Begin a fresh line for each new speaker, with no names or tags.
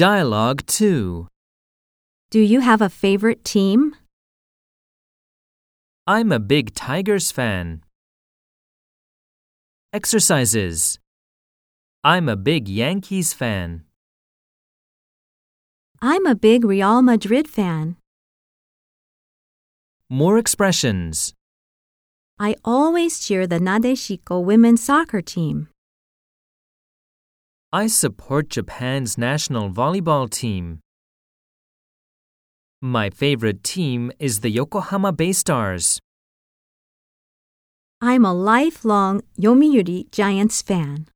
Dialogue 2.
Do you have a favorite team?
I'm a big Tigers fan. Exercises. I'm a big Yankees fan.
I'm a big Real Madrid fan.
More expressions.
I always cheer the Nadeshiko women's soccer team.
I support Japan's national volleyball team. My favorite team is the Yokohama Bay Stars.
I'm a lifelong Yomiuri Giants fan.